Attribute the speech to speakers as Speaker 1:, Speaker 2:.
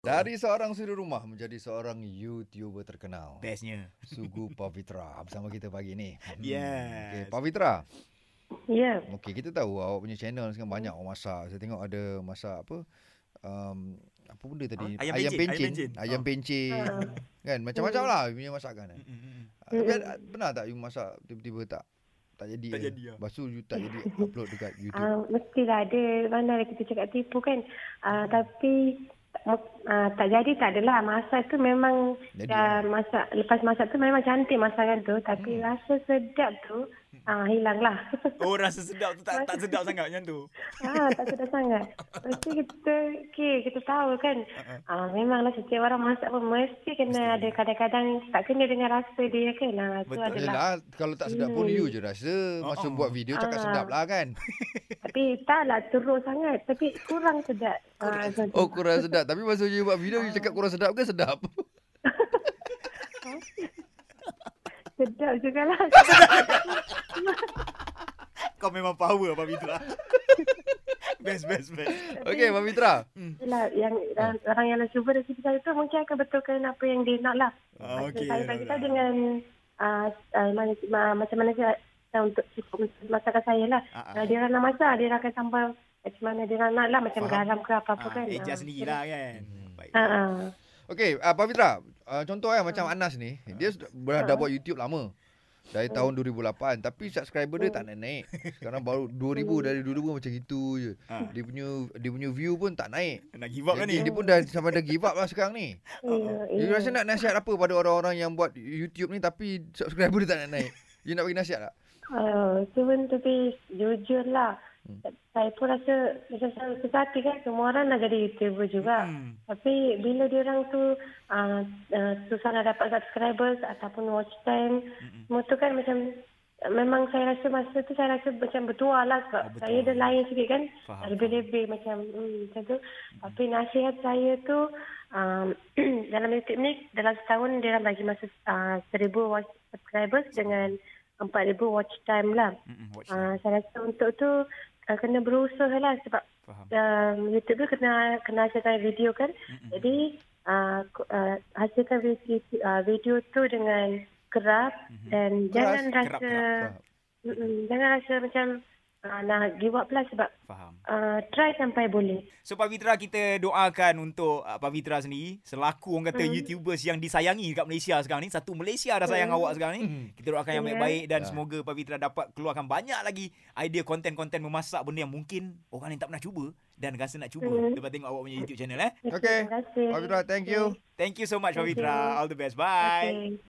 Speaker 1: Dari seorang suri rumah menjadi seorang YouTuber terkenal.
Speaker 2: Bestnya.
Speaker 1: Sugu Pavitra bersama kita pagi ni. Hmm. Okay,
Speaker 2: Yes.
Speaker 1: Pavitra.
Speaker 3: Ya,
Speaker 1: Okey, kita tahu awak punya channel sekarang banyak awak masak. Saya tengok ada masak apa? Um, apa benda tadi?
Speaker 2: Ah, ayam pencin, ayam pencin.
Speaker 1: Ayam
Speaker 2: Ah.
Speaker 1: pencin.
Speaker 3: Ah.
Speaker 1: Kan macam-macam lah you punya masakan. eh. Ah, Tapi
Speaker 3: Mm.
Speaker 1: ada- pernah tak you masak tiba-tiba tak tak jadi.
Speaker 2: Tak
Speaker 1: eh?
Speaker 2: jadi lah.
Speaker 1: Lepas tu you tak jadi upload dekat YouTube.
Speaker 3: uh, mestilah ada mana ada kita cakap tipu kan. Uh, tapi uh, tak jadi tak adalah. Masak tu memang
Speaker 1: Jadi.
Speaker 3: dah masak lepas masak tu memang cantik masakan tu tapi hmm. rasa sedap tu ah hilanglah.
Speaker 2: Oh rasa sedap tu tak tak sedap sangat macam tu.
Speaker 3: ah tak sedap sangat. Lepas tu kita okay, kita tahu kan ah memanglah setiap orang masak pun mesti kena ada kadang-kadang tak kena dengan rasa dia kan. Ah tu
Speaker 2: Betul.
Speaker 3: adalah
Speaker 1: Yelah, kalau tak sedap pun
Speaker 3: Hmm.
Speaker 1: you je rasa. Masa
Speaker 2: Ah.
Speaker 1: buat video cakap
Speaker 3: Ah.
Speaker 1: sedap lah kan.
Speaker 3: tapi taklah teruk sangat tapi kurang sedap. Ah macam tu.
Speaker 1: Oh kurang sedap Tapi masa you buat video You cakap kurang sedap ke sedap?
Speaker 3: sedap juga lah.
Speaker 2: Kau memang power Pak Fitra. lah. best best best.
Speaker 1: Okey Mami Mitra
Speaker 3: Yelah, yang ha.
Speaker 2: Ah.
Speaker 3: orang yang nak cuba resipi saya tu mungkin akan betulkan apa yang dia nak lah.
Speaker 2: Ah,
Speaker 3: Maksud
Speaker 2: okey,
Speaker 3: saya bagi tahu
Speaker 2: Nora.
Speaker 3: dengan uh, uh, ma- ma- macam mana saya saya untuk cukup untuk masakan saya lah.
Speaker 2: Ah, ah.
Speaker 3: Uh, dia orang nak masak, dia orang akan sambal macam mana dia orang nak lah. Macam
Speaker 2: Faham.
Speaker 3: garam ke apa-apa
Speaker 2: Ah,
Speaker 3: kan.
Speaker 2: eja sendiri lah kan. Baik.
Speaker 3: Ha, ha.
Speaker 1: Okey uh, Mami Mitra uh, Contoh kan
Speaker 3: Ah.
Speaker 1: macam Anas ni Dia sudah, dah, dah buat YouTube lama Dari
Speaker 3: Ah.
Speaker 1: tahun 2008 Tapi subscriber dia tak naik-naik
Speaker 3: Oh.
Speaker 1: Sekarang baru 2000 Dari 2000 macam gitu je
Speaker 2: Ah.
Speaker 1: Dia punya dia punya view pun tak naik
Speaker 2: Nak give up kan
Speaker 1: Jadi
Speaker 2: ni?
Speaker 1: dia pun dah Sampai dah give up lah sekarang ni
Speaker 2: Oh,
Speaker 3: Ya,
Speaker 1: You
Speaker 3: ya.
Speaker 1: rasa nak nasihat apa Pada orang-orang yang buat YouTube ni Tapi subscriber dia tak naik-naik You nak bagi nasihat tak?
Speaker 3: Oh, tu pun tapi jujur lah. Saya pun rasa macam saya susah hati kan. Semua orang nak jadi YouTuber juga.
Speaker 2: Hmm.
Speaker 3: Tapi bila dia orang tu uh, uh, susah nak dapat subscribers ataupun watch time,
Speaker 2: Mm-mm.
Speaker 3: semua tu kan macam memang saya rasa masa tu saya rasa macam bertuah lah sebab
Speaker 2: Oh,
Speaker 3: oh,
Speaker 2: bertuah.
Speaker 3: saya dah lain sikit kan.
Speaker 2: Faham,
Speaker 3: Lebih-lebih macam hmm, macam tu. Tapi nasihat saya tu um, dalam YouTube ni dalam setahun dia orang bagi masa uh, 1000 watch subscribers dengan 4000 watch time lah.
Speaker 2: Mm-mm, Watch
Speaker 3: Uh, saya rasa untuk tu uh, kena berusaha lah sebab
Speaker 2: faham.
Speaker 3: um, YouTube tu kena kena hasilkan video kan.
Speaker 2: Mm-mm.
Speaker 3: Jadi uh, ku- uh, hasilkan video, uh, video tu dengan kerap dan
Speaker 1: Keras,
Speaker 3: jangan
Speaker 2: kerap,
Speaker 3: rasa
Speaker 2: kerap,
Speaker 3: Mm-mm, jangan rasa macam uh, nak give up lah sebab
Speaker 2: Faham.
Speaker 3: uh, try sampai boleh.
Speaker 2: So Pak Fitra kita doakan untuk uh, Pak Fitra sendiri selaku orang
Speaker 3: Hmm.
Speaker 2: kata YouTubers yang disayangi dekat Malaysia sekarang ni. Satu Malaysia dah sayang awak sekarang ni.
Speaker 1: Hmm.
Speaker 2: Kita doakan yang
Speaker 3: Ya.
Speaker 2: baik-baik dan
Speaker 1: Ya.
Speaker 2: semoga Pak Fitra dapat keluarkan banyak lagi idea konten-konten memasak benda yang mungkin orang yang tak pernah cuba dan rasa nak cuba
Speaker 3: Hmm.
Speaker 2: lepas tengok awak punya YouTube channel eh.
Speaker 1: Okay
Speaker 3: Terima kasih.
Speaker 1: Mami Mitra thank you
Speaker 2: Thank you so much Pak
Speaker 3: Thank
Speaker 2: Fitra.
Speaker 3: you.
Speaker 2: All the best. Bye.
Speaker 3: Okay.